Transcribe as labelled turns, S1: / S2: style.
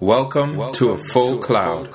S1: Welcome, to a full cloud.